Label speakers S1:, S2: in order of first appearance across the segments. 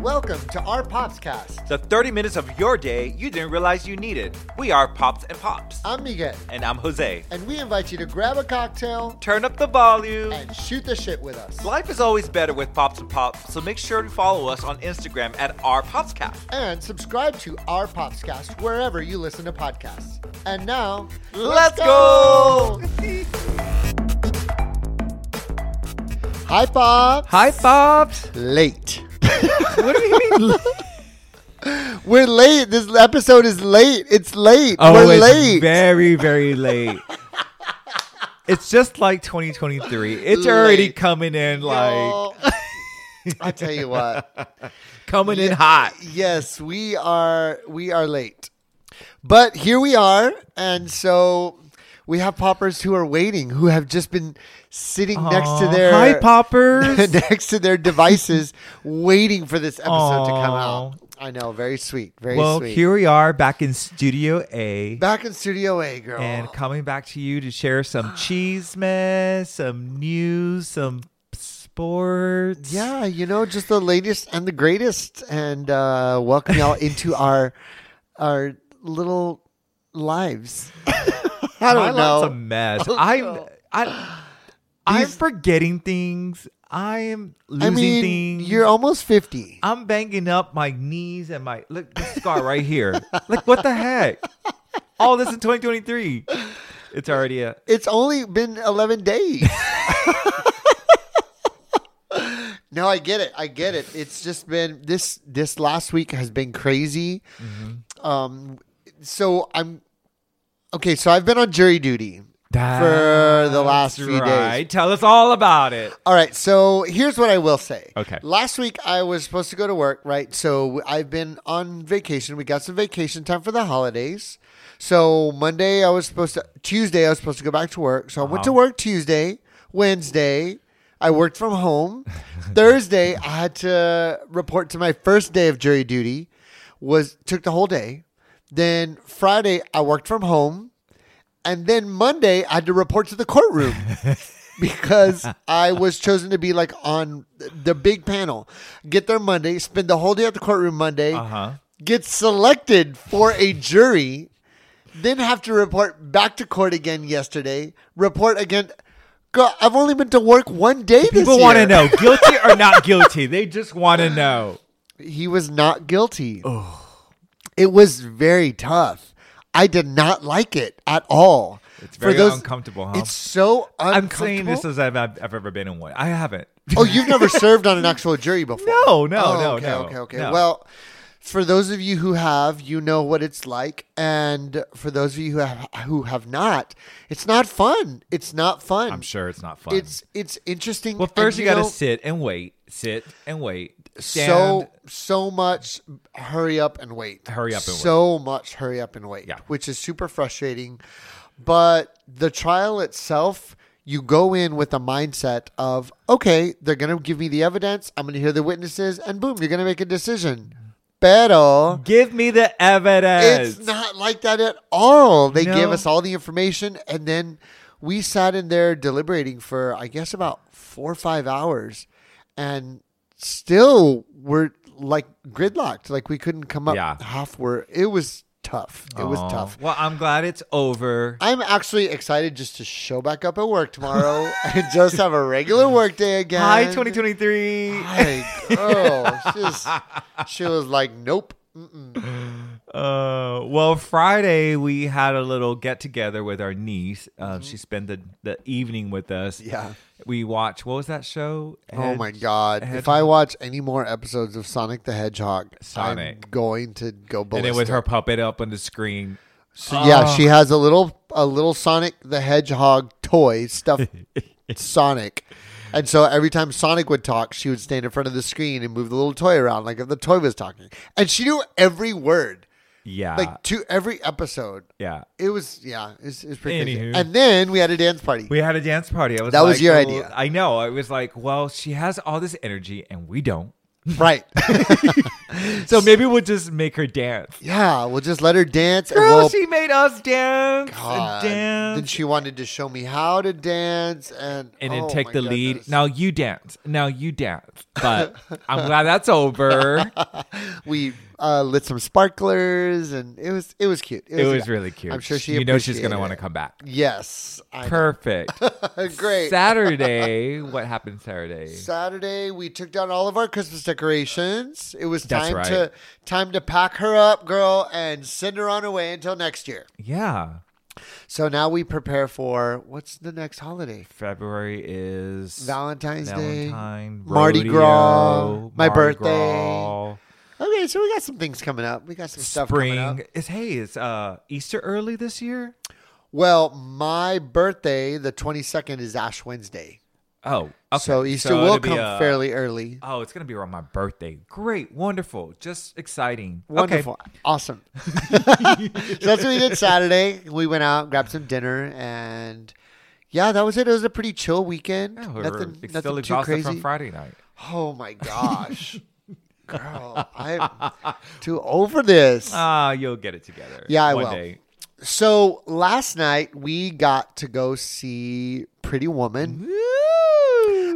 S1: Welcome to our Popscast.
S2: The 30 minutes of your day you didn't realize you needed. We are Pops and Pops.
S1: I'm Miguel,
S2: And I'm Jose.
S1: and we invite you to grab a cocktail
S2: Turn up the volume.
S1: and shoot the shit with us.
S2: Life is always better with Pops and Pops, so make sure to follow us on Instagram at our Popscast.
S1: And subscribe to our Popscast wherever you listen to podcasts. And now,
S2: Let's go!
S1: Hi, Pop.
S2: Hi, Pops.
S1: Late.
S2: What do you mean?
S1: We're late. This episode is late. It's late.
S3: Oh,
S1: We're
S3: it's
S1: late.
S3: very, very late. it's just like 2023. It's already
S1: Late.
S3: coming in like
S1: Y'all, I tell you what.
S3: coming in hot.
S1: Yes, we are. We are late, but here we are, and so we have poppers who are waiting, who have just been sitting next to
S3: Aw,
S1: their
S3: hi poppers.
S1: next to their devices, waiting for this episode to come
S3: Aw.
S1: out. I know, very sweet, very
S3: well,
S1: sweet.
S3: here we are back in Studio A.
S1: Back in Studio A, girl.
S3: And coming back to you to share some cheese mess, some news, some sports.
S1: Yeah, you know, just the latest and the greatest, and uh, welcome y'all into our our little lives. I
S3: My
S1: don't
S3: life's a
S1: know.
S3: mess. I'm
S1: no.
S3: I, I'm
S1: These-
S3: forgetting things. I am losing
S1: I mean,
S3: things.
S1: you're almost fifty.
S3: I'm banging up my knees and my look this scar right here. like what the heck? All this in 2023. It's already a
S1: It's only been eleven days. no, I get it. I get it. It's just been this this last week has been crazy.
S3: Mm-hmm.
S1: Um, so I'm okay. So I've been on jury duty. For the last
S3: That's
S1: few days.
S3: right. Tell us all about it.
S1: All right, so here's what I will say.
S3: Okay.
S1: Last week I was supposed to go to work, right? So I've been on vacation. We got some vacation time for the holidays. So Monday I was supposed to Tuesday I was supposed to go back to work. So I went to work Tuesday, Wednesday I worked from home. Thursday I had to report to my first day of jury duty was took the whole day. Then Friday I worked from home. And then Monday, I had to report to the courtroom because I was chosen to be like on the big panel. Get there Monday, spend the whole day at the courtroom Monday,
S3: Uh-huh.
S1: get selected for a jury, then have to report back to court again yesterday, report again. Girl, I've only been to work one day this
S3: People want to
S1: year.
S3: know guilty or not guilty. They just want to know.
S1: He was not guilty. It was very tough. I did not like it at all.
S3: It's
S1: For
S3: very
S1: those-
S3: uncomfortable, huh?
S1: It's so
S3: I'm
S1: uncomfortable.
S3: saying this as I've, I've ever been in one. I haven't.
S1: Oh, you've never served on an actual jury before?
S3: No, no,
S1: Oh,
S3: no,
S1: okay,
S3: no,
S1: Okay, okay.
S3: no.
S1: Well, for those of you who have, you know what it's like, and for those of you who have, who have not, it's not fun. It's not fun.
S3: I'm sure it's not fun.
S1: It's it's interesting.
S3: well,
S1: and
S3: first you, got
S1: know,
S3: to sit and wait, sit and wait.
S1: so
S3: Stand.
S1: so much hurry up and wait.
S3: Hurry up and
S1: so much hurry up and wait.
S3: Yeah.
S1: Which is super frustrating. But the trial itself, you go in with a mindset of, okay, they're gonna give me the evidence, I'm gonna hear the witnesses, and boom, you're gonna make a decision. Pero
S3: give me the evidence.
S1: it's not like that at all. They
S3: No.
S1: give us all the information, and then we sat in there deliberating for, I guess, about four or five hours, and still we're like gridlocked. Like we couldn't come up
S3: Yeah.
S1: halfway. It was tough. It was
S3: Aw.
S1: tough.
S3: Well, I'm glad it's over.
S1: I'm actually excited just to show back up at work tomorrow and just have a regular work day again.
S3: Hi, 2023.
S1: Hi, girl. It's just- she was like, nope.
S3: Uh, well, Friday we had a little get together with our niece. Um, She spent the, the evening with us.
S1: Mm-hmm. Yeah.
S3: We watched, what was that show?
S1: Oh
S3: Hedge-
S1: my god! If
S3: Hedge-
S1: I watch any more episodes of Sonic the Hedgehog, I'm
S3: Sonic.
S1: going to go
S3: And
S1: ballistic.
S3: it was Oh. her puppet up on the screen.
S1: So, yeah, she has a little a little Sonic the Hedgehog toy stuffed Sonic, and so every time Sonic would talk, she would stand in front of the screen and move the little toy around like if the toy was talking, and she knew every word
S3: Yeah.
S1: like to every episode.
S3: yeah.
S1: It was yeah, it's it's pretty crazy.
S3: Anywho.
S1: And then we had a dance party.
S3: We had a dance party. I was
S1: That was
S3: like,
S1: your
S3: well,
S1: idea.
S3: I know. I was like, well, she has all this energy and we don't.
S1: Right.
S3: So maybe we'll just make her dance.
S1: yeah, we'll just let her dance. and
S3: Girl,
S1: we'll-
S3: she made us dance
S1: God.
S3: and dance.
S1: Ah, Then she wanted to show me how to dance and
S3: and then
S1: oh
S3: take
S1: my
S3: the lead.
S1: goodness.
S3: Now you dance. Now you dance. But I'm glad that's over.
S1: we uh, lit some sparklers and it was it was cute.
S3: it was really cute.
S1: I'm sure she
S3: You know she's gonna
S1: appreciated
S3: want to
S1: it.
S3: come back.
S1: Yes. I know.
S3: Perfect.
S1: Great.
S3: Saturday. What happened Saturday?
S1: Saturday we took down all of our Christmas decorations. It was
S3: That's
S1: time
S3: right.
S1: to time to pack her up, girl, and send her on her way until next year.
S3: Yeah.
S1: So now we prepare for what's the next holiday?
S3: February is
S1: Valentine's Day.
S3: Valentine,
S1: Mardi
S3: rodeo,
S1: Gras, my
S3: Mardi
S1: birthday,
S3: Gras,
S1: Okay, so we got some things coming up. We got some stuff coming up.
S3: spring. Is hey, is uh Easter early this year?
S1: Well, my birthday, the 22nd, is Ash Wednesday.
S3: Oh, okay.
S1: So Easter
S3: it'll
S1: will
S3: be,
S1: come
S3: uh,
S1: fairly early.
S3: Oh, it's gonna be around my birthday. Great, wonderful, just exciting. Okay.
S1: Wonderful. Awesome. so that's what we did Saturday. We went out, grabbed some dinner, and yeah, that was it. It was a pretty chill weekend.
S3: Yeah, Oh, we're
S1: nothing
S3: ex- still
S1: nothing too
S3: exhausted
S1: crazy.
S3: from Friday night.
S1: oh my gosh. Girl, I'm too over this.
S3: Ah, you'll get it together.
S1: Yeah, I
S3: one
S1: will.
S3: Day.
S1: so last night we got to go see Pretty Woman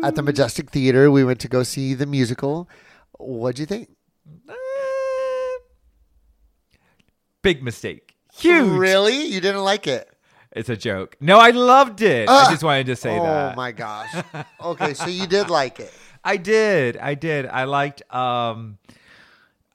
S1: at the Majestic Theater. We went to go see the musical. What'd you think? Uh,
S3: Big mistake. Huge.
S1: Really? You didn't like it?
S3: It's a joke. No, I loved it.
S1: Ah!
S3: I just wanted to say
S1: oh
S3: that.
S1: my gosh. Okay, so you did like it.
S3: I did. I did. I liked um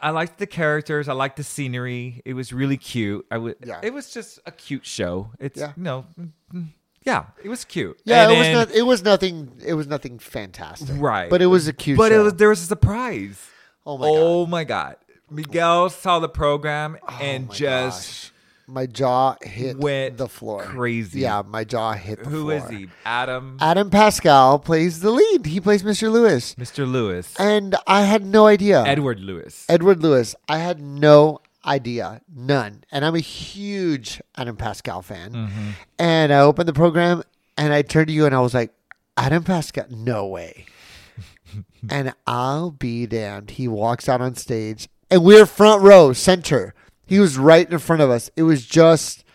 S3: I liked the characters. I liked the scenery. It was really cute. I would
S1: Yeah.
S3: it was just a cute show. It's
S1: Yeah.
S3: you know mm, yeah, it was cute.
S1: Yeah,
S3: And
S1: it was
S3: then-
S1: not, it was nothing it was nothing fantastic.
S3: Right.
S1: But it was a cute
S3: But it
S1: show.
S3: was there was a surprise.
S1: Oh my
S3: Oh my god. Miguel saw the program and
S1: Oh my
S3: just
S1: my jaw hit
S3: went
S1: the floor.
S3: crazy.
S1: Yeah, my jaw hit the
S3: who
S1: floor.
S3: is he? Adam
S1: Adam Pascal plays the lead. He plays Mr. Lewis.
S3: Mr. Lewis.
S1: And I had no idea.
S3: Edward Lewis.
S1: Edward Lewis. I had no idea, none. And I'm a huge Adam Pascal fan.
S3: Mm-hmm.
S1: And I opened the program and I turned to you and I was like, Adam Pascal, no way. and I'll be damned. He walks out on stage and we're front row, center. He was right in front of us. It was just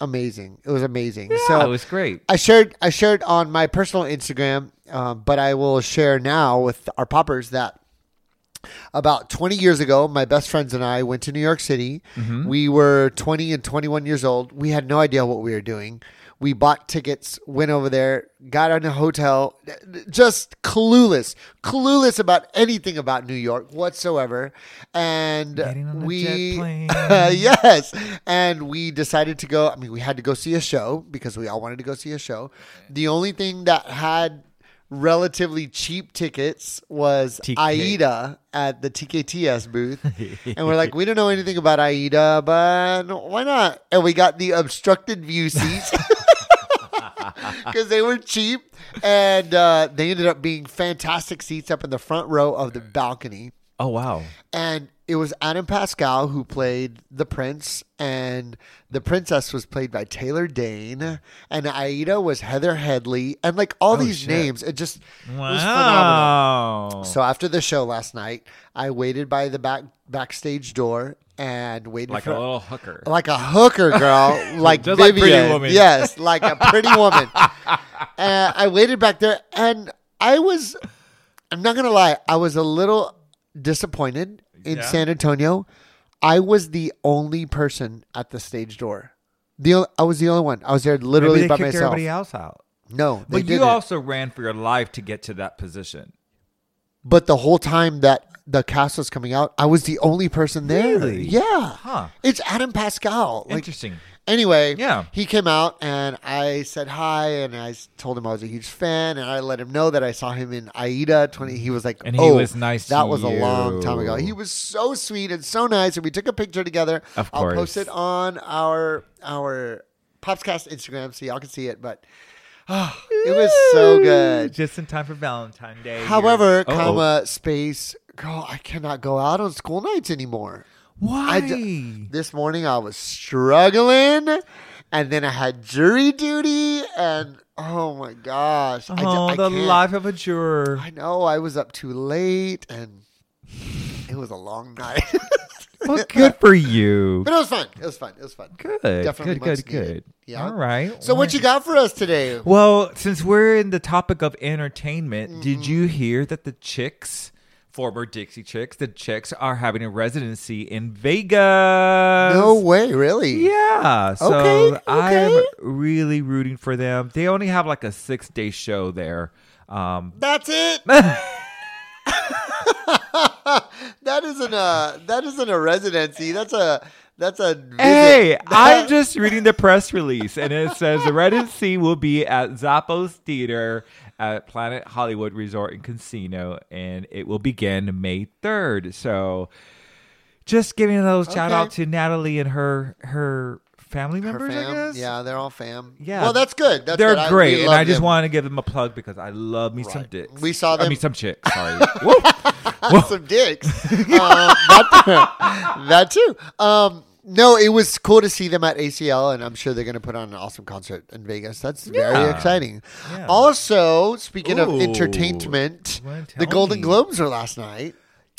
S1: amazing. It was amazing. so
S3: yeah, it was great.
S1: I shared I shared on my personal Instagram, um, but I will share now with our poppers that about 20 years ago, my best friends and I went to New York City.
S3: Mm-hmm.
S1: We were 20 and 21 years old. We had no idea what we were doing. We bought tickets, went over there, got in a hotel, just clueless, clueless about anything about New York whatsoever. And
S3: Getting on a
S1: we,
S3: jet plane.
S1: yes, and we decided to go. I mean, we had to go see a show because we all wanted to go see a show. The only thing that had relatively cheap tickets was
S3: TK.
S1: Aida at the TKTS booth. and we're like, we don't know anything about Aida, but why not? And we got the obstructed view seats. Because they were cheap, and uh, they ended up being fantastic seats up in the front row of the balcony
S3: Oh wow.
S1: and it was Adam Pascal who played the prince, and the princess was played by Taylor Dane, and Aida was Heather Headley, and like all these
S3: shit.
S1: names, it just it was phenomenal.
S3: Wow.
S1: So after the show last night, I waited by the back backstage door and waited
S3: like a
S1: for
S3: little hooker.
S1: like a hooker girl, like
S3: Just like
S1: Vivian.
S3: Pretty Woman.
S1: Yes, like a pretty woman. and I waited back there, and I was, I'm not gonna lie, I was a little disappointed in
S3: Yeah.
S1: San Antonio. I was the only person at the stage door. The o- I was the only one. I was there literally
S3: Maybe they
S1: by
S3: kicked
S1: myself.
S3: everybody else out.
S1: No, they
S3: But you
S1: didn't.
S3: also ran for your life to get to that position.
S1: But the whole time that the cast was coming out, I was the only person there.
S3: Really?
S1: Yeah.
S3: Huh.
S1: It's Adam Pascal. Like,
S3: Interesting.
S1: Anyway,
S3: Yeah.
S1: he came out and I said hi and I s- told him I was a huge fan and I let him know that I saw him in Aida 20. He was like,
S3: And he
S1: oh,
S3: was nice to
S1: That was a long time ago.
S3: you."
S1: He was so sweet and so nice and we took a picture together.
S3: Of
S1: I'll post
S3: course.
S1: it on our our Popscast Instagram so y'all can see it. But oh, it was so good.
S3: Just in time for Valentine's Day.
S1: However,
S3: Oh, oh.
S1: comma space girl, I cannot go out on school nights anymore.
S3: "Oh, why?
S1: I d- this morning I was struggling, and then I had jury duty, and oh my gosh, I d-
S3: oh,
S1: I
S3: the
S1: can't.
S3: life of a juror.
S1: I know I was up too late, and It was a long night,
S3: Well, good for you.
S1: but it was fun. It was fun. It was fun.
S3: Good.
S1: Definitely
S3: good,
S1: much
S3: good, good.
S1: needed. Yeah.
S3: All right.
S1: So what you got for us today?
S3: Well, since we're in the topic of entertainment, did
S1: Mm-hmm.
S3: you hear that the chicks, former Dixie chicks, the chicks are having a residency in Vegas?
S1: No way, really?
S3: Yeah. So
S1: Okay,
S3: I
S1: okay.
S3: am really rooting for them. They only have like a six day show there. Um,
S1: That's it. that isn't a that isn't a residency. That's a that's a visit.
S3: Hey,
S1: That-
S3: I'm just reading the press release, and it says the Red and Sea will be at Zappos Theater at Planet Hollywood Resort and Casino, and it will begin May 3rd. So, just giving a little shout
S1: Okay.
S3: out to Natalie and her her family
S1: Her
S3: members, I
S1: fam.
S3: guess.
S1: Yeah, they're all fam.
S3: Yeah.
S1: Well, that's good. That's
S3: They're
S1: good. we
S3: great, and
S1: love
S3: I just
S1: them.
S3: wanted to give them a plug because I love me some
S1: Right.
S3: dicks.
S1: We saw
S3: I
S1: them-
S3: mean, some chicks. Sorry. Woo.
S1: some dicks. um, that, that too. Um, no, it was cool to see them at ACL, and I'm sure they're going to put on an awesome concert in Vegas. That's very
S3: Yeah.
S1: exciting.
S3: Yeah.
S1: Also, speaking of
S3: Ooh.
S1: entertainment,
S3: Well,
S1: the
S3: tell
S1: Golden
S3: me.
S1: Globes were last night.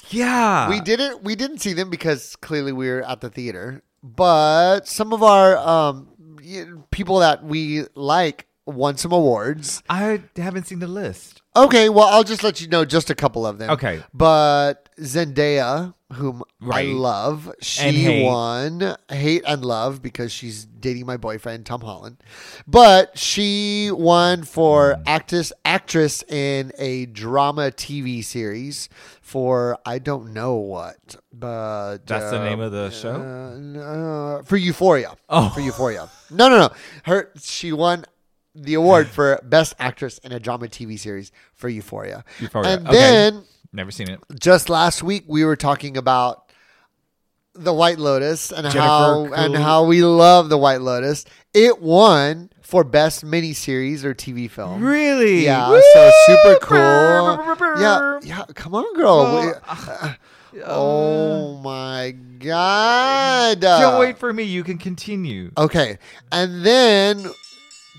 S3: Yeah.
S1: we didn't we didn't see them because clearly we were at the theater. But some of our um, y- people that we like won some awards.
S3: I haven't seen the list.
S1: Okay, well, I'll just let you know just a couple of them.
S3: Okay.
S1: But Zendaya, whom
S3: Right.
S1: I love, she
S3: And hate.
S1: won Hate and Love because she's dating my boyfriend, Tom Holland. But she won for actress, actress in a drama TV series for I don't know what, but.
S3: That's the
S1: uh,
S3: name of the show.
S1: uh, no, for Euphoria.
S3: Oh.
S1: For Euphoria. No, no, no. Her she won the award for best actress in a drama TV series for Euphoria.
S3: Euphoria,
S1: And
S3: okay.
S1: then
S3: Never seen it.
S1: just last week we were talking about the White Lotus and how
S3: Jennifer
S1: and
S3: Coolidge.
S1: how we love the White Lotus. It won for best miniseries or TV film.
S3: Really?
S1: Yeah,
S3: Woo!
S1: so super cool. Yeah, yeah. Come on, girl.
S3: Uh,
S1: We- uh, oh my god!
S3: Don't wait for me. You can continue.
S1: Okay. And then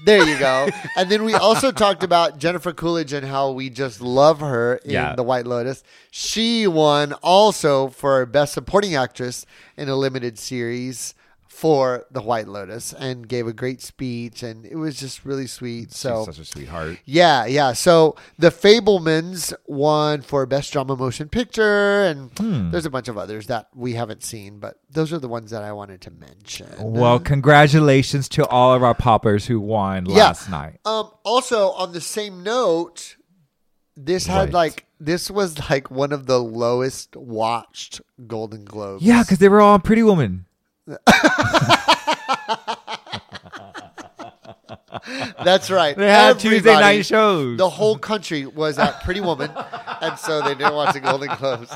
S1: there you go. and then we also talked about Jennifer Coolidge and how we just love her in
S3: Yeah.
S1: The White Lotus. She won also for best supporting actress in a limited series for The White Lotus and gave a great speech and it was just really sweet. So
S3: She's such a sweetheart.
S1: yeah, yeah. So the Fablemans won for best drama motion picture, and
S3: Hmm.
S1: there's a bunch of others that we haven't seen, but those are the ones that I wanted to mention.
S3: Well, congratulations to all of our poppers who won
S1: Yeah.
S3: last night.
S1: Um, also, on the same note, this had
S3: Right.
S1: like this was like one of the lowest watched Golden Globes.
S3: Yeah, because they were all on Pretty Woman.
S1: that's right.
S3: They had Tuesday
S1: Everybody-
S3: night shows.
S1: The whole country was at Pretty Woman, and so they didn't watch the Golden Globes.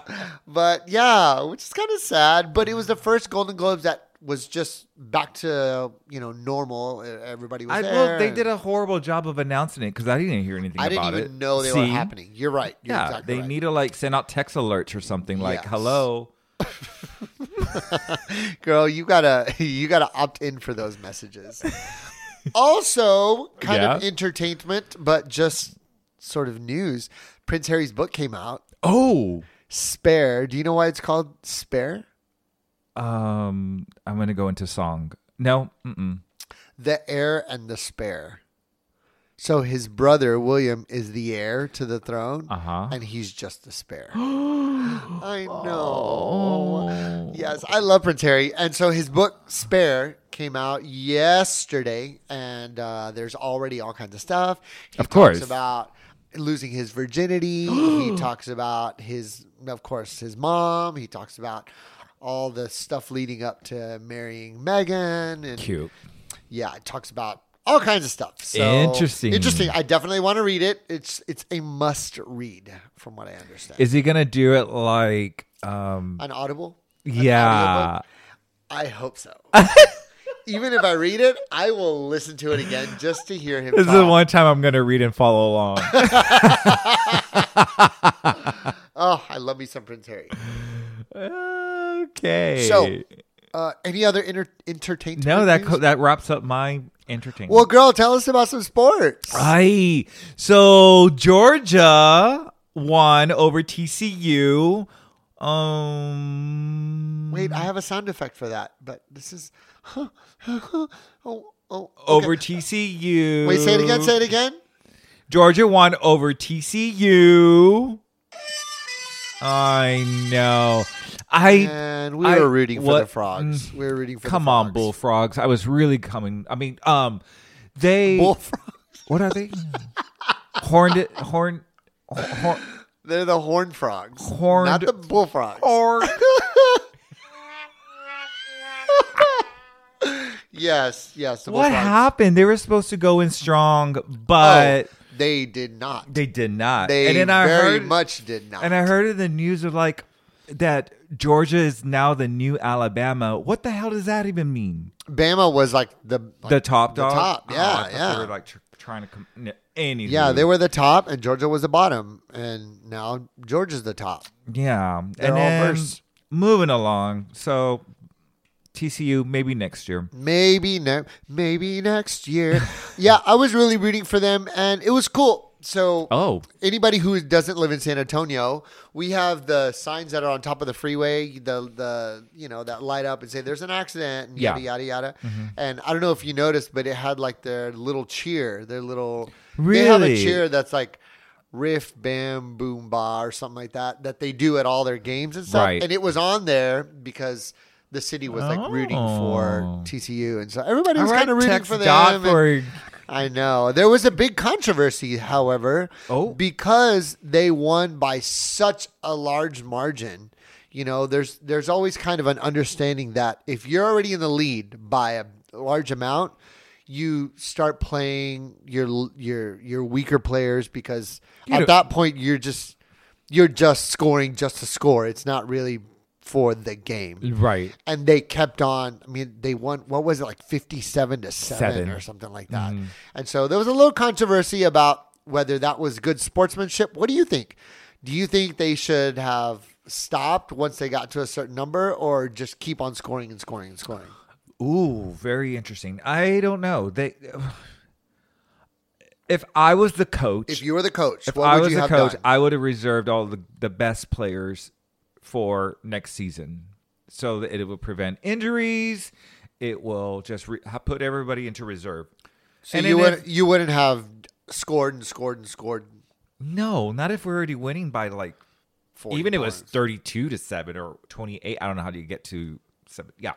S1: But yeah, which is kind of sad. But it was the first Golden Globes that was just back to you know normal. E-, Everybody was
S3: I,
S1: there.
S3: well, they did a horrible job of announcing it because I didn't hear anything
S1: I didn't
S3: about
S1: even
S3: it.
S1: know they were
S3: See?
S1: happening. You're right. You're
S3: Yeah,
S1: exactly
S3: they
S1: right.
S3: need to like send out text alerts or something like
S1: Yes.
S3: "Hello."
S1: girl you gotta you gotta opt in for those messages also kind of
S3: Yeah.
S1: entertainment but just sort of news prince harry's book came out
S3: Oh,
S1: spare do you know why it's called spare
S3: um, I'm gonna go into song. No, mm-mm.
S1: the heir and the spare so his brother william is the heir to the throne
S3: Uh-huh.
S1: and he's just the spare i know
S3: Oh.
S1: Yes, I love Prince Harry, and so his book Spare came out yesterday, and uh, there's already all kinds of stuff. He
S3: Of course.
S1: talks about losing his virginity. he talks about his, of course, his mom. He talks about all the stuff leading up to marrying Meghan, and
S3: cute.
S1: yeah, it talks about all kinds of stuff. So,
S3: Interesting.
S1: interesting. I definitely want to read it. It's it's a must read, from what I understand.
S3: Is he gonna do it like um?
S1: An Audible. An audiobook?
S3: yeah.
S1: I hope so. Even if I read it, I will listen to it again just to hear him.
S3: This is the
S1: talk.
S3: one time I'm gonna read and follow along.
S1: Oh, I love me some Prince Harry.
S3: okay.
S1: So, uh, any other inter- entertainment?
S3: no, that
S1: news?
S3: co- that wraps up my entertainment.
S1: well, girl, tell us about some sports.
S3: Uh, I so Georgia won over TCU Um.
S1: Wait, I have a sound effect for that, but this is. oh, oh, okay.
S3: Over TCU.
S1: Wait, say it again. Say it again.
S3: Georgia won over TCU. I know. I
S1: And we
S3: I-
S1: were rooting for
S3: what-
S1: the frogs.
S3: mm,
S1: we were rooting for.
S3: come
S1: the
S3: on,
S1: frogs.
S3: bullfrogs. I was really coming. I mean, um, they
S1: Bullfrog.
S3: what are they? horned horn horn
S1: They're the horn frogs,
S3: Horned-
S1: not the bullfrogs.
S3: horn.
S1: Yes, yes. The
S3: what
S1: bullfrogs.
S3: happened? They were supposed to go in strong, but
S1: Oh, they did not.
S3: they did not.
S1: They
S3: and then I
S1: very
S3: heard
S1: much did not.
S3: and I heard in the news of like that Georgia is now the new Alabama. What the hell does that even mean?
S1: Bama was like the like,
S3: the top dog.
S1: top,
S3: Oh, I
S1: yeah,
S3: thought
S1: yeah.
S3: They were like tr- trying to come. n- Anywho.
S1: Yeah, they were the top, and Georgia was the bottom, and now Georgia's the top.
S3: Yeah, and
S1: They're all
S3: then
S1: versed.
S3: moving along. So TCU maybe next year.
S1: Maybe ne- maybe next year. yeah, I was really rooting for them, and it was cool. So,
S3: Oh,
S1: anybody who doesn't live in San Antonio, we have the signs that are on top of the freeway, the the you know that light up and say there's an accident, and
S3: Yeah. Mm-hmm.
S1: yada yada yada. And I don't know if you noticed, but it had like their little cheer, their little they have a
S3: Really?
S1: cheer that's like. Riff, bam, boom, ba, or something like that, that they do at all their games and stuff.
S3: Right.
S1: And it was on there because the city was like rooting for
S3: Oh.
S1: TCU, and so everybody
S3: all
S1: was
S3: right,
S1: kind of rooting
S3: Tex
S1: for
S3: Dot
S1: them. and-
S3: for-
S1: I know. There was a big controversy, however,
S3: Oh.
S1: because they won by such a large margin. You know, there's there's always kind of an understanding that if you're already in the lead by a large amount, you start playing your your your weaker players because
S3: You
S1: at
S3: know-
S1: that point you're just you're just scoring just to score. It's not really for the game
S3: right.
S1: and they kept on. I mean, they won. What was it like fifty-seven to seven,
S3: Seven. Mm-hmm.
S1: or something like that? And so there was a little controversy about whether that was good sportsmanship. What do you think? Do you think they should have stopped once they got to a certain number, or just keep on scoring and scoring and scoring?
S3: Ooh, very interesting. I don't know. They. If I was the coach,
S1: If you were the coach,
S3: if
S1: what
S3: I
S1: would
S3: was
S1: you
S3: the
S1: have
S3: coach,
S1: done?
S3: I would have reserved all the, the best players for next season, so that it will prevent injuries. It will just re- ha- put everybody into reserve.
S1: so
S3: and
S1: you
S3: then
S1: would
S3: if-
S1: you wouldn't have scored and scored and scored.
S3: No, not if we're already winning by like
S1: 40
S3: even if it was
S1: points.
S3: 32 to 7 or 28 i don't know how do you get to 7 yeah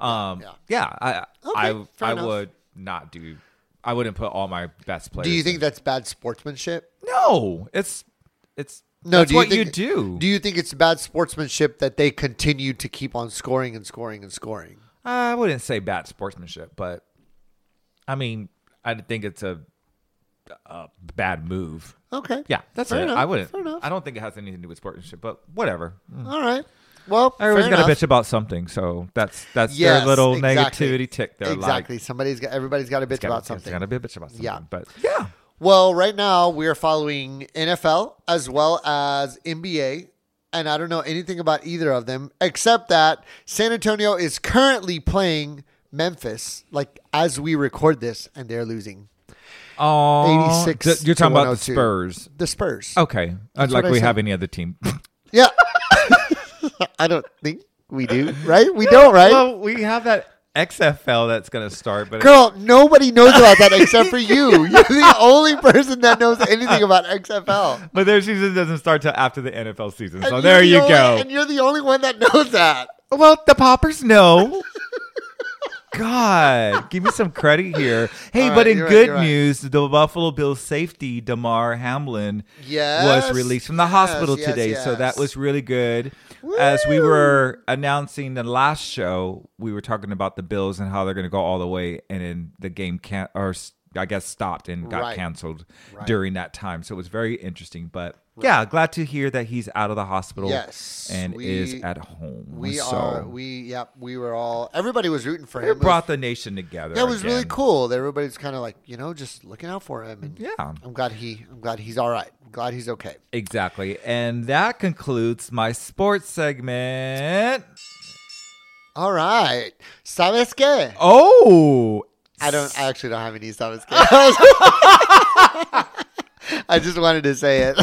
S3: um
S1: Yeah.
S3: yeah, i
S1: Okay,
S3: i,
S1: fair
S3: I
S1: enough.
S3: would not do i wouldn't put all my best players
S1: Do you
S3: in.
S1: think that's bad sportsmanship?
S3: no it's it's
S1: No,
S3: that's
S1: do you
S3: what
S1: think-
S3: you do
S1: Do you think it's bad sportsmanship that they continue to keep on scoring and scoring and scoring?
S3: i wouldn't say bad sportsmanship but i mean i think it's a, a bad move
S1: Okay.
S3: yeah that's
S1: Fair
S3: it
S1: enough,
S3: i wouldn't
S1: fair enough.
S3: i don't think it has anything to do with sportsmanship but whatever
S1: All right. Well,
S3: Everybody's
S1: fair
S3: got to
S1: enough.
S3: bitch about something, so that's that's
S1: Yes,
S3: their little
S1: exactly.
S3: negativity tick. They're
S1: Exactly. Somebody's got. Everybody's got a bitch
S3: like,
S1: about something.
S3: Got to be a bitch about something.
S1: Yeah.
S3: but yeah,
S1: Well, right now we are following NFL as well as NBA, and I don't know anything about either of them except that San Antonio is currently playing Memphis, like as we record this, and they're losing
S3: oh,
S1: 86
S3: th- You're
S1: to
S3: talking about
S1: 102.
S3: the Spurs.
S1: the Spurs.
S3: Okay, I'd like
S1: what I
S3: we
S1: said.
S3: have any other team.
S1: Yeah. I don't think we do, right? We don't, right?
S3: we have that XFL that's going to start, but
S1: Girl, nobody knows about that except for you. You're the only person that knows anything about XFL.
S3: but their season doesn't start till after the NFL season.
S1: And
S3: So
S1: you're
S3: there
S1: the
S3: you
S1: only-
S3: go.
S1: And you're the only one that knows that.
S3: Well, the poppers know. God, give me some credit here. Hey,
S1: All right,
S3: but in
S1: you're right,
S3: good
S1: you're right.
S3: news, the Buffalo Bills safety Damar Hamlin
S1: Yes,
S3: was released from the
S1: yes,
S3: hospital
S1: yes,
S3: today, so
S1: yes.
S3: that was really good. As we were announcing the last show, we were talking about the Bills and how they're going to go all the way, and then the game can or s- I guess stopped and got
S1: Right.
S3: canceled
S1: Right.
S3: during that time. So it was very interesting, but yeah, glad to hear that he's out of the hospital
S1: Yes,
S3: and is
S1: we-
S3: at home.
S1: We
S3: So-
S1: are. We yep. We were all. Everybody was rooting for him.
S3: it
S1: It was-
S3: brought the nation together.
S1: that was really
S3: again.
S1: cool. that Everybody's kind of like you know just looking out for him. And
S3: Yeah.
S1: I'm glad he. I'm glad he's all right. I'm glad he's okay.
S3: Exactly. And that concludes my sports segment.
S1: All right. Sabes qué?
S3: Oh,
S1: I don't. I actually don't have any sabes qué. I just wanted to say it.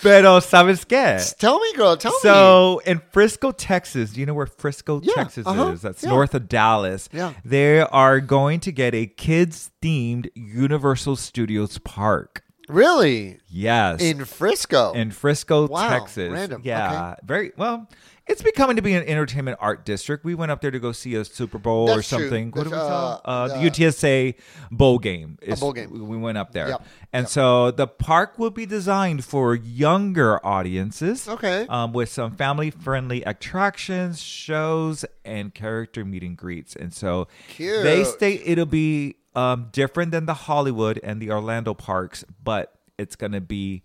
S3: Pero sabes qué?
S1: Tell me, girl. Tell me.
S3: So in Frisco, Texas, do you know where Frisco,
S1: Yeah,
S3: Texas
S1: uh-huh,
S3: is? That's
S1: yeah.
S3: north of Dallas.
S1: Yeah.
S3: They are going to get a kids themed Universal Studios park.
S1: Really?
S3: Yes.
S1: In Frisco.
S3: in Frisco,
S1: Wow,
S3: Texas.
S1: random.
S3: Yeah, very well. It's becoming to be an entertainment art district. We went up there to go see a Super Bowl or
S1: That's true.
S3: something. What
S1: That's,
S3: did we saw?
S1: uh,
S3: Uh,
S1: the-
S3: the UTSA bowl game. is-
S1: bowl game.
S3: We went up there,
S1: Yep,
S3: and so the park will be designed for younger audiences.
S1: Okay.
S3: um, with some family-friendly attractions, shows, and character meet and greets. And so they
S1: Cute.
S3: state it'll be um, different than the Hollywood and the Orlando parks, but it's going to be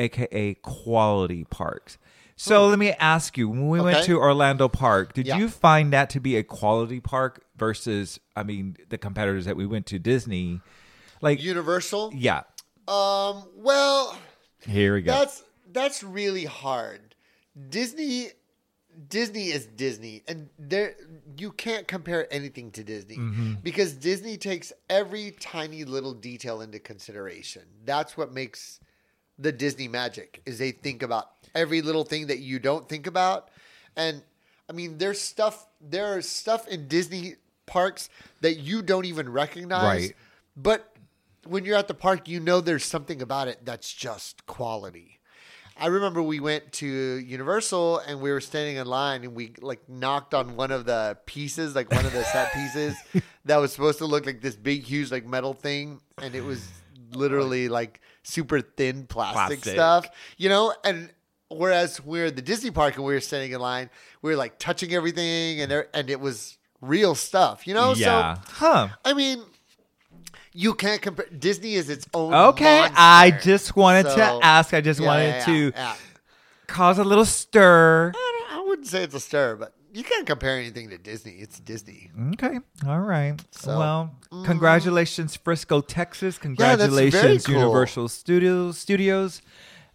S3: AKA quality parks. So let me ask you, when we went
S1: Hmm. Okay.
S3: to Orlando Park, did
S1: Yeah.
S3: you find that to be a quality park versus, I mean, the competitors that we went to Disney? Like,
S1: Universal.
S3: yeah,
S1: Um. Well,
S3: here we go.
S1: that's that's really hard. Disney, Disney is Disney, and there you can't compare anything to Disney
S3: Mm-hmm.
S1: because Disney takes every tiny little detail into consideration. That's what makes the Disney magic is they think about every little thing that you don't think about. And I mean, there's stuff there is stuff in Disney parks that you don't even recognize.
S3: Right.
S1: But when you're at the park, you know there's something about it that's just quality. I remember we went to Universal and we were standing in line and we like knocked on one of the pieces, like one of the set pieces that was supposed to look like this big, huge, like metal thing. And it was literally like super thin plastic,
S3: Plastic.
S1: stuff, you know? And whereas we're at the Disney park and we were standing in line, we were like touching everything and, there, and it was real stuff, you know?
S3: yeah.
S1: So,
S3: huh.
S1: I mean, you can't compare. Disney is its own.
S3: Okay, I
S1: monster.
S3: just wanted
S1: So-
S3: to ask. I just
S1: Yeah,
S3: wanted
S1: yeah,
S3: to
S1: yeah, yeah.
S3: cause a little stir.
S1: I, don't- I wouldn't say it's a stir, but you can't compare anything to Disney. It's Disney.
S3: Okay. All right.
S1: So- mm.
S3: well, congratulations, Frisco, Texas.
S1: that's very
S3: Congratulations,
S1: cool.
S3: Universal Studios. Studios.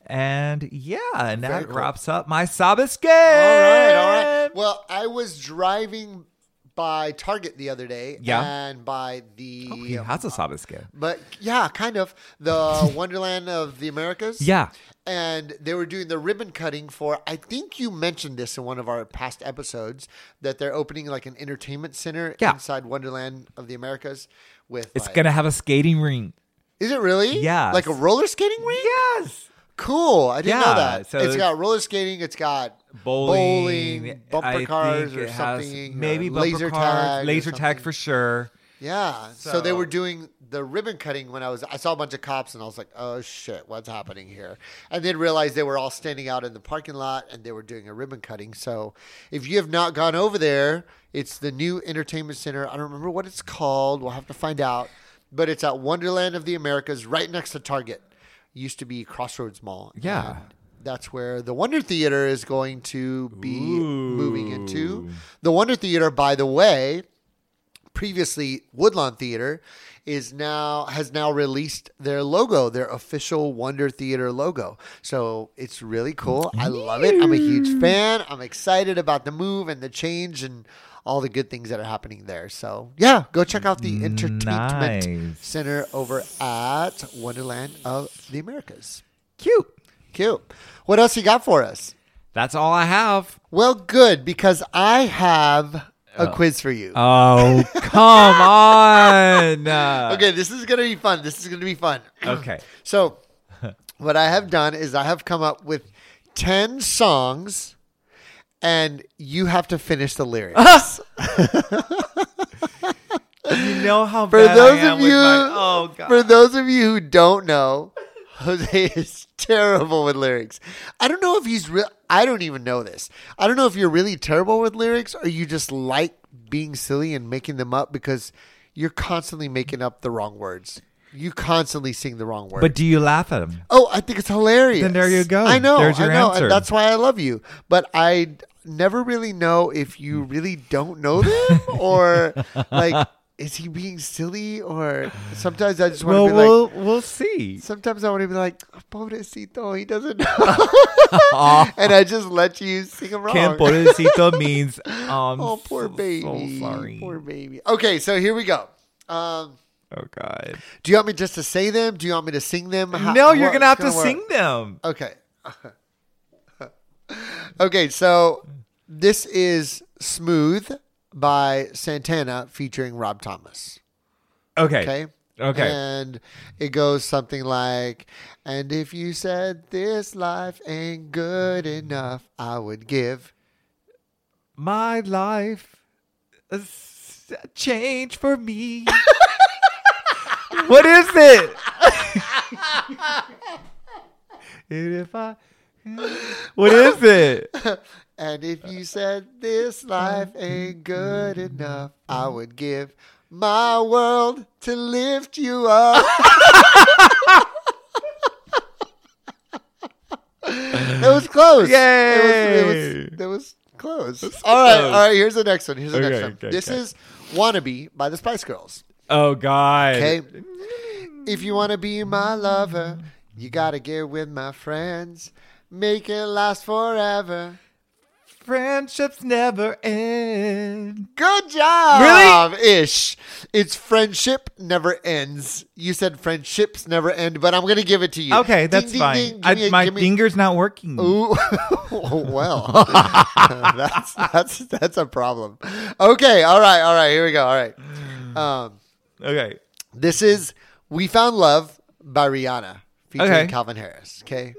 S3: And yeah, and
S1: Very
S3: that
S1: cool.
S3: wraps up my Sabbath
S1: All right, all right. Well, I was driving by Target the other day,
S3: Yeah.
S1: and by the. um,
S3: He has a Sabbath game.
S1: but yeah, kind of the Wonderland of the Americas.
S3: Yeah.
S1: and they were doing the ribbon cutting for i think you mentioned this in one of our past episodes that they're opening like an entertainment center
S3: Yeah.
S1: inside wonderland of the americas with
S3: It's
S1: like-
S3: going to have a skating ring.
S1: is it really
S3: Yes.
S1: like a roller skating rink
S3: Yes.
S1: cool i didn't know
S3: Yeah,
S1: that
S3: so
S1: it's
S3: it's-
S1: got roller skating it's got
S3: Bowling,
S1: bumper
S3: I
S1: cars
S3: think
S1: or
S3: it has
S1: something or
S3: Maybe bumper
S1: laser
S3: cars,
S1: tag or
S3: Laser tag
S1: something.
S3: for sure.
S1: yeah so, they
S3: So-
S1: were doing the ribbon cutting when i was i saw a bunch of cops and i was like oh shit what's happening here and then realized they were all standing out in the parking lot and they were doing a ribbon cutting so if you have not gone over there it's the new entertainment center i don't remember what it's called we'll have to find out but it's at wonderland of the americas right next to target used to be crossroads mall
S3: Yeah.
S1: And that's where the Wonder Theater is going to be moving into.
S3: Ooh.
S1: The Wonder Theater, by the way, previously Woodlawn Theater is now has now released their logo, their official Wonder Theater logo. So it's really cool. I love it. I'm a huge fan. I'm excited about the move and the change and all the good things that are happening there. So yeah, go check out the entertainment
S3: Nice.
S1: center over at Wonderland of the Americas.
S3: Cute.
S1: Cute. What else you got for us?
S3: That's all I have.
S1: Well, good because I have a quiz for you.
S3: Oh, come on. Uh,
S1: okay, this is gonna be fun. This is gonna be fun.
S3: Okay.
S1: So, what I have done is I have come up with 10 songs and you have to finish the lyrics.
S3: You know how
S1: For
S3: bad
S1: those
S3: I am
S1: of
S3: with
S1: you
S3: my- oh, God.
S1: For those of you who don't know, Jose is terrible with lyrics. I don't know if he's real I don't even know this. I don't know if you're really terrible with lyrics or you just like being silly and making them up because you're constantly making up the wrong words. You constantly sing the wrong words.
S3: But do you laugh at him?
S1: Oh, I think it's hilarious.
S3: Then there you go.
S1: I know.
S3: There's your
S1: I know,
S3: answer.
S1: and that's why I love you. But I d- never really know if you really don't know them or like is he being silly or sometimes I just want to
S3: Well,
S1: be
S3: we'll
S1: like.
S3: we'll see.
S1: Sometimes I want to be like, pobrecito, he doesn't know. and I just let you sing him wrong.
S3: Can pobrecito means um.
S1: oh, poor
S3: so- so
S1: baby.
S3: sorry.
S1: Poor baby. Okay, so here we go. Um,
S3: Oh God.
S1: do you want me just to say them? Do you want me to sing them? How-
S3: no, you're
S1: what-
S3: gonna have
S1: it's
S3: to
S1: work?
S3: sing them.
S1: Okay. Okay, so this is Smooth by Santana featuring Rob Thomas.
S3: Okay.
S1: Okay.
S3: Okay.
S1: And it goes something like, and if you said this life ain't good enough, I would give.
S3: My life is a change for me. what is it? And if I, what is it?
S1: And
S3: Uh,
S1: if you said
S3: Mm-hmm.
S1: this life ain't good enough, I would give my world to lift you up. it was close. It was, it was,
S3: Yay.
S1: it was close. All right,
S3: close.
S1: all right. Here's the next one. Here's the next
S3: Okay,
S1: one.
S3: okay,
S1: this
S3: okay.
S1: is "Wannabe" by the Spice Girls.
S3: Oh God.
S1: Okay. If you want to be my lover, you got to get with my friends. Make it last forever.
S3: Friendships never end.
S1: Good job. Really? Ish. It's friendship never ends. You said friendships never end, but I'm going to give it to you.
S3: Okay,
S1: Ding,
S3: that's
S1: ding,
S3: fine.
S1: ding. Give
S3: I,
S1: me a-
S3: my
S1: give me-
S3: finger's not working.
S1: Ooh. oh, well, that's, that's, that's a problem. Okay. All right. All right. Here we go. All
S3: Hmm.
S1: right. Um,
S3: Okay.
S1: This is We Found Love by Rihanna featuring
S3: Okay.
S1: Calvin Harris. Okay.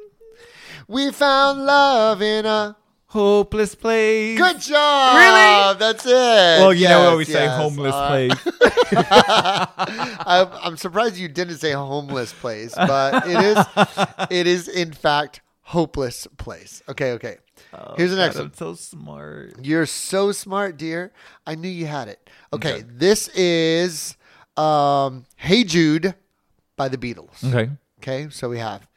S1: We found love in a
S3: Hopeless place.
S1: good job.
S3: Really?
S1: That's it.
S3: Well, you know
S1: Yes,
S3: what we say,
S1: yes.
S3: homeless
S1: Uh,
S3: place.
S1: I'm, I'm surprised you didn't say homeless place, but it is, it is in fact hopeless place. Okay, okay. Here's the next
S3: God,
S1: one.
S3: I'm so smart.
S1: You're so smart, dear. I knew you had it. Okay, this is um, Hey Jude by the Beatles.
S3: Okay.
S1: Okay, so we have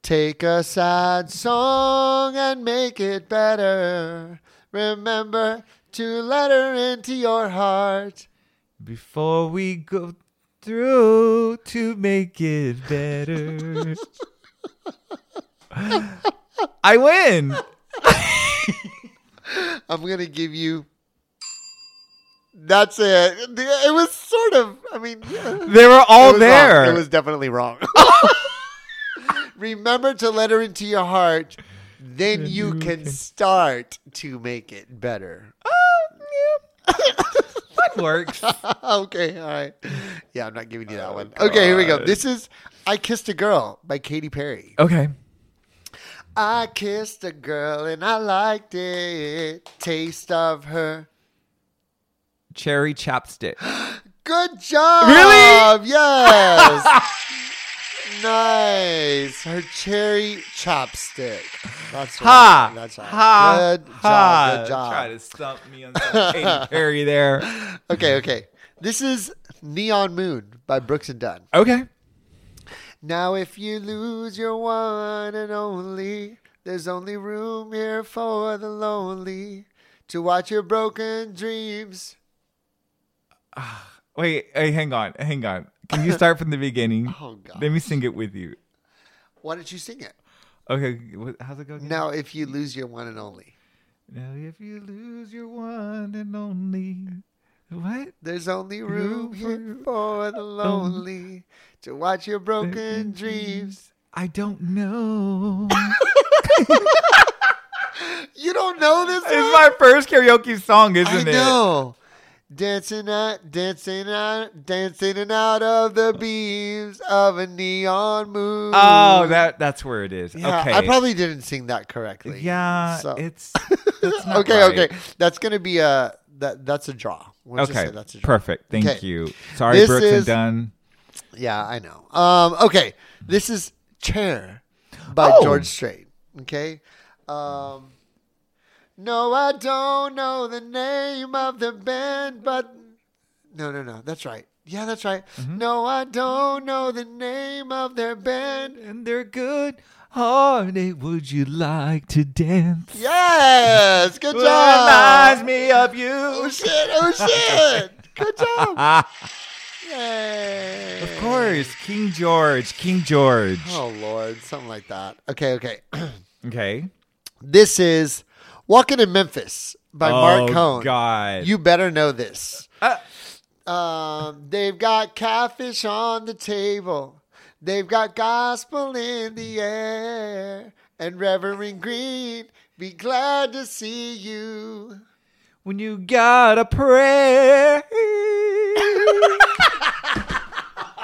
S1: Take a sad song and make it better. Remember to let her into your heart.
S3: Before we go through to make it better. I win.
S1: I'm going to give you. That's it. It was sort of, I mean, yeah,
S3: They were
S1: it
S3: all
S1: was
S3: there.
S1: wrong. It was definitely wrong. Remember to let her into your heart. Then you can start to make it better.
S3: It works.
S1: okay, all right. Yeah, I'm not giving you that one. Okay, here we go.
S3: God.
S1: This is I Kissed a Girl by Katy Perry.
S3: Okay.
S1: I kissed a girl and I liked it. Taste of her.
S3: Cherry chapstick.
S1: Good job.
S3: Really?
S1: Yes. nice. Her cherry chopstick. That's right.
S3: Ha!
S1: That's right.
S3: ha!
S1: Good
S3: ha.
S1: job. Good job.
S3: Try to stump me on some Katy Perry there.
S1: Okay, okay. This is Neon Moon by Brooks and Dunn.
S3: Okay.
S1: Now, if you lose your one and only, there's only room here for the lonely to watch your broken dreams.
S3: Wait, hey, hang on, hang on. Can you start from the beginning?
S1: Oh, God.
S3: Let me sing it with you.
S1: Why don't you sing it?
S3: Okay, what- how's it go? again?
S1: Now, if you lose your one and only,
S3: Now, if you lose your one and only, what?
S1: there's only room here for the lonely to watch your broken dreams.
S3: I don't know.
S1: You don't know this
S3: it's
S1: one?
S3: my first karaoke song, isn't
S1: I
S3: it?
S1: know. Dancing out, dancing out, dancing and out of the beams of a neon moon.
S3: Oh, that that's where it is.
S1: Yeah,
S3: okay.
S1: I probably didn't sing that correctly.
S3: Yeah,
S1: So-
S3: it's that's not
S1: okay.
S3: right.
S1: Okay, that's gonna be a that that's a draw. We'll just
S3: Okay.
S1: say that's a draw.
S3: Perfect. Thank
S1: Okay.
S3: you. Sorry,
S1: This
S3: Brooks
S1: is-
S3: and Dunn.
S1: Yeah, I know. Um, okay, this is Chair by
S3: Oh.
S1: George Strait. Okay. Um, no, I don't know the name of the band, but no, no, no. That's right. Yeah, that's right.
S3: Mm-hmm.
S1: No, I don't know the name of their band.
S3: And they're good. Heartache, would you like to dance?
S1: Yes, good job.
S3: Reminds me of
S1: Oh
S3: you.
S1: shit! Oh shit! Good job!
S3: Ah,
S1: Yay!
S3: of course, King George, King George.
S1: Oh lord, something like that. Okay, okay.
S3: Okay.
S1: This is "Walking in Memphis" by Mark
S3: oh,
S1: Cohn.
S3: God.
S1: You better know this.
S3: Uh.
S1: um, they've got catfish on the table. They've got gospel in the air, and Reverend Green, be glad to see you.
S3: When you gotta pray.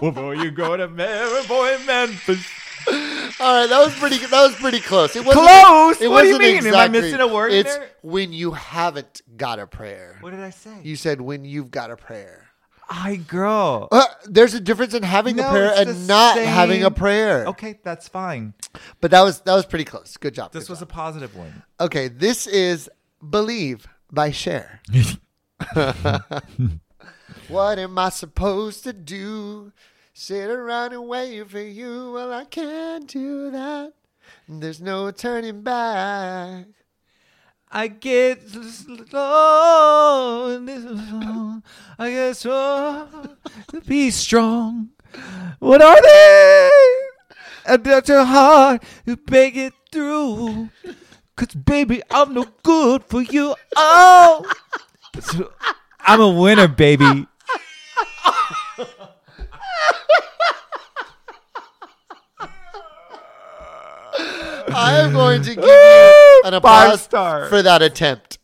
S3: well, boy, you go to Mary Boy Memphis.
S1: All right, that was pretty. That was pretty close. It wasn't
S3: Close?
S1: It
S3: What do you
S1: wasn't
S3: mean? Am I
S1: exactly-
S3: missing a word
S1: It's
S3: there?
S1: when you haven't got a prayer.
S3: What did I say?
S1: You said when you've got a prayer.
S3: I girl.
S1: Uh, there's a difference in having
S3: No,
S1: a prayer
S3: it's
S1: and
S3: the
S1: not
S3: same-
S1: having a prayer.
S3: Okay, that's fine.
S1: But that was that was pretty close. Good job.
S3: This
S1: good
S3: was a
S1: job.
S3: positive one.
S1: okay. This is "Believe" by Cher. what am I supposed to do? Sit around and wait for you? Well, I can't do that. There's no turning back.
S3: I get slow. in this song. I get so be strong. What are they? And that's your heart to make it through. Cause baby, I'm no good for you. Oh, So, I'm a winner, baby.
S1: I am going to give you an
S3: Five
S1: applause
S3: star.
S1: for that attempt.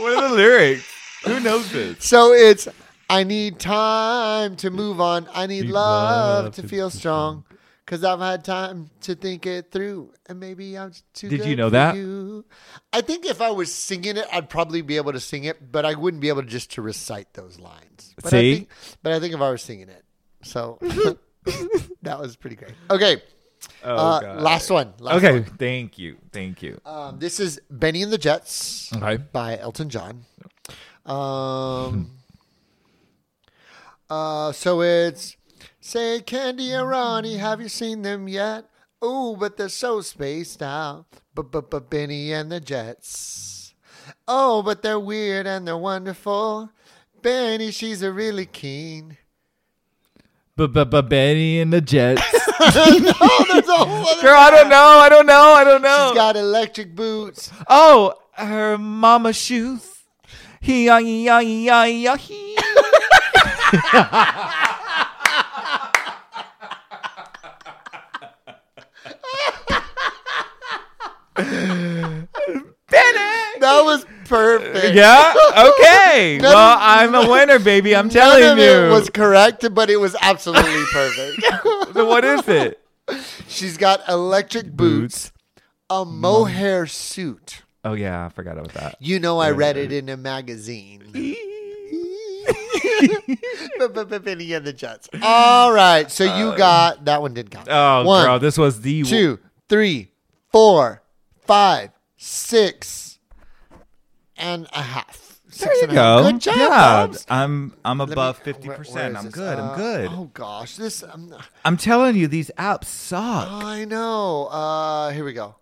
S3: What are the lyrics? Who knows this?
S1: So it's I need time to move on. I need
S3: Need
S1: love,
S3: love
S1: to
S3: to
S1: feel strong. Cause I've had time to think it through, and maybe I'm too.
S3: Did
S1: good
S3: you know
S1: for
S3: that?
S1: you. I think if I was singing it, I'd probably be able to sing it, but I wouldn't be able to just to recite those lines. But I
S3: See?
S1: think, but I think if I was singing it, so that was pretty great. Okay,
S3: Oh,
S1: uh,
S3: God.
S1: last one. Last
S3: okay,
S1: one.
S3: thank you. Thank you.
S1: Um, this is Benny and the Jets
S3: Okay.
S1: by Elton John. Um, uh, so it's say Candy and Ronnie, have you seen them yet? Oh, but they're so spaced out. But but but Benny and the Jets. Oh, but they're weird and they're wonderful. Benny, she's a really keen.
S3: Benny and the Jets.
S1: Oh, there's a whole other.
S3: Girl, I don't know. I don't know. I don't know.
S1: She's got electric boots.
S3: oh, her mama shoes. He, ya, ya, ya, ya, he. Benny.
S1: That was perfect.
S3: Yeah. Okay.
S1: None
S3: well,
S1: of-
S3: I'm a winner, baby. I'm telling
S1: None of
S3: you.
S1: it was correct, but it was absolutely perfect.
S3: So what is it?
S1: She's got electric boots, a mohair suit.
S3: Oh yeah, I forgot about that.
S1: You know, I read it in a magazine. But- but- but Benny and the Jets. All right, so you got that one didn't count.
S3: Uh, Oh,
S1: One,
S3: girl, this was the
S1: two, three, four, five, six, and a half.
S3: There
S1: Six
S3: you
S1: and a half.
S3: go.
S1: Good job.
S3: Yeah,
S1: Bubs.
S3: I'm I'm
S1: Let me-
S3: above
S1: where-
S3: fifty
S1: where
S3: percent.
S1: is
S3: I'm
S1: this?
S3: good.
S1: Uh,
S3: I'm good.
S1: Oh gosh, this. I'm,
S3: I'm telling you, these apps suck.
S1: I know. Uh, here we go.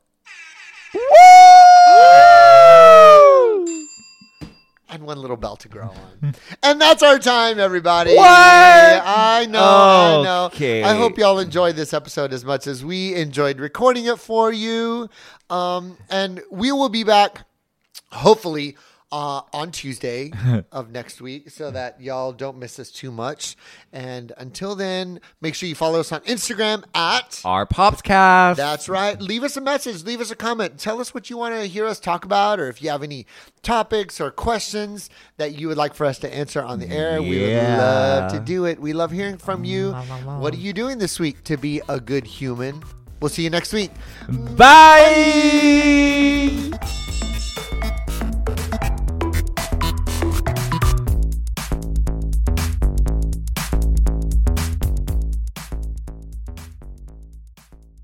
S3: Woo!
S1: and one little bell to grow on. and that's our time, everybody.
S3: What?
S1: I know,
S3: Okay.
S1: I know. I hope y'all enjoyed this episode as much as we enjoyed recording it for you. Um, and we will be back, hopefully. Uh, on Tuesday of next week, so that y'all don't miss us too much. And until then, make sure you follow us on Instagram at
S3: Our Popscast.
S1: that's right. Leave us a message. Leave us a comment. Tell us what you want to hear us talk about, or if you have any topics or questions that you would like for us to answer on the air. We would
S3: Yeah.
S1: love to do it. We love hearing from you. What are you doing this week to be a good human? We'll see you next week.
S3: Bye.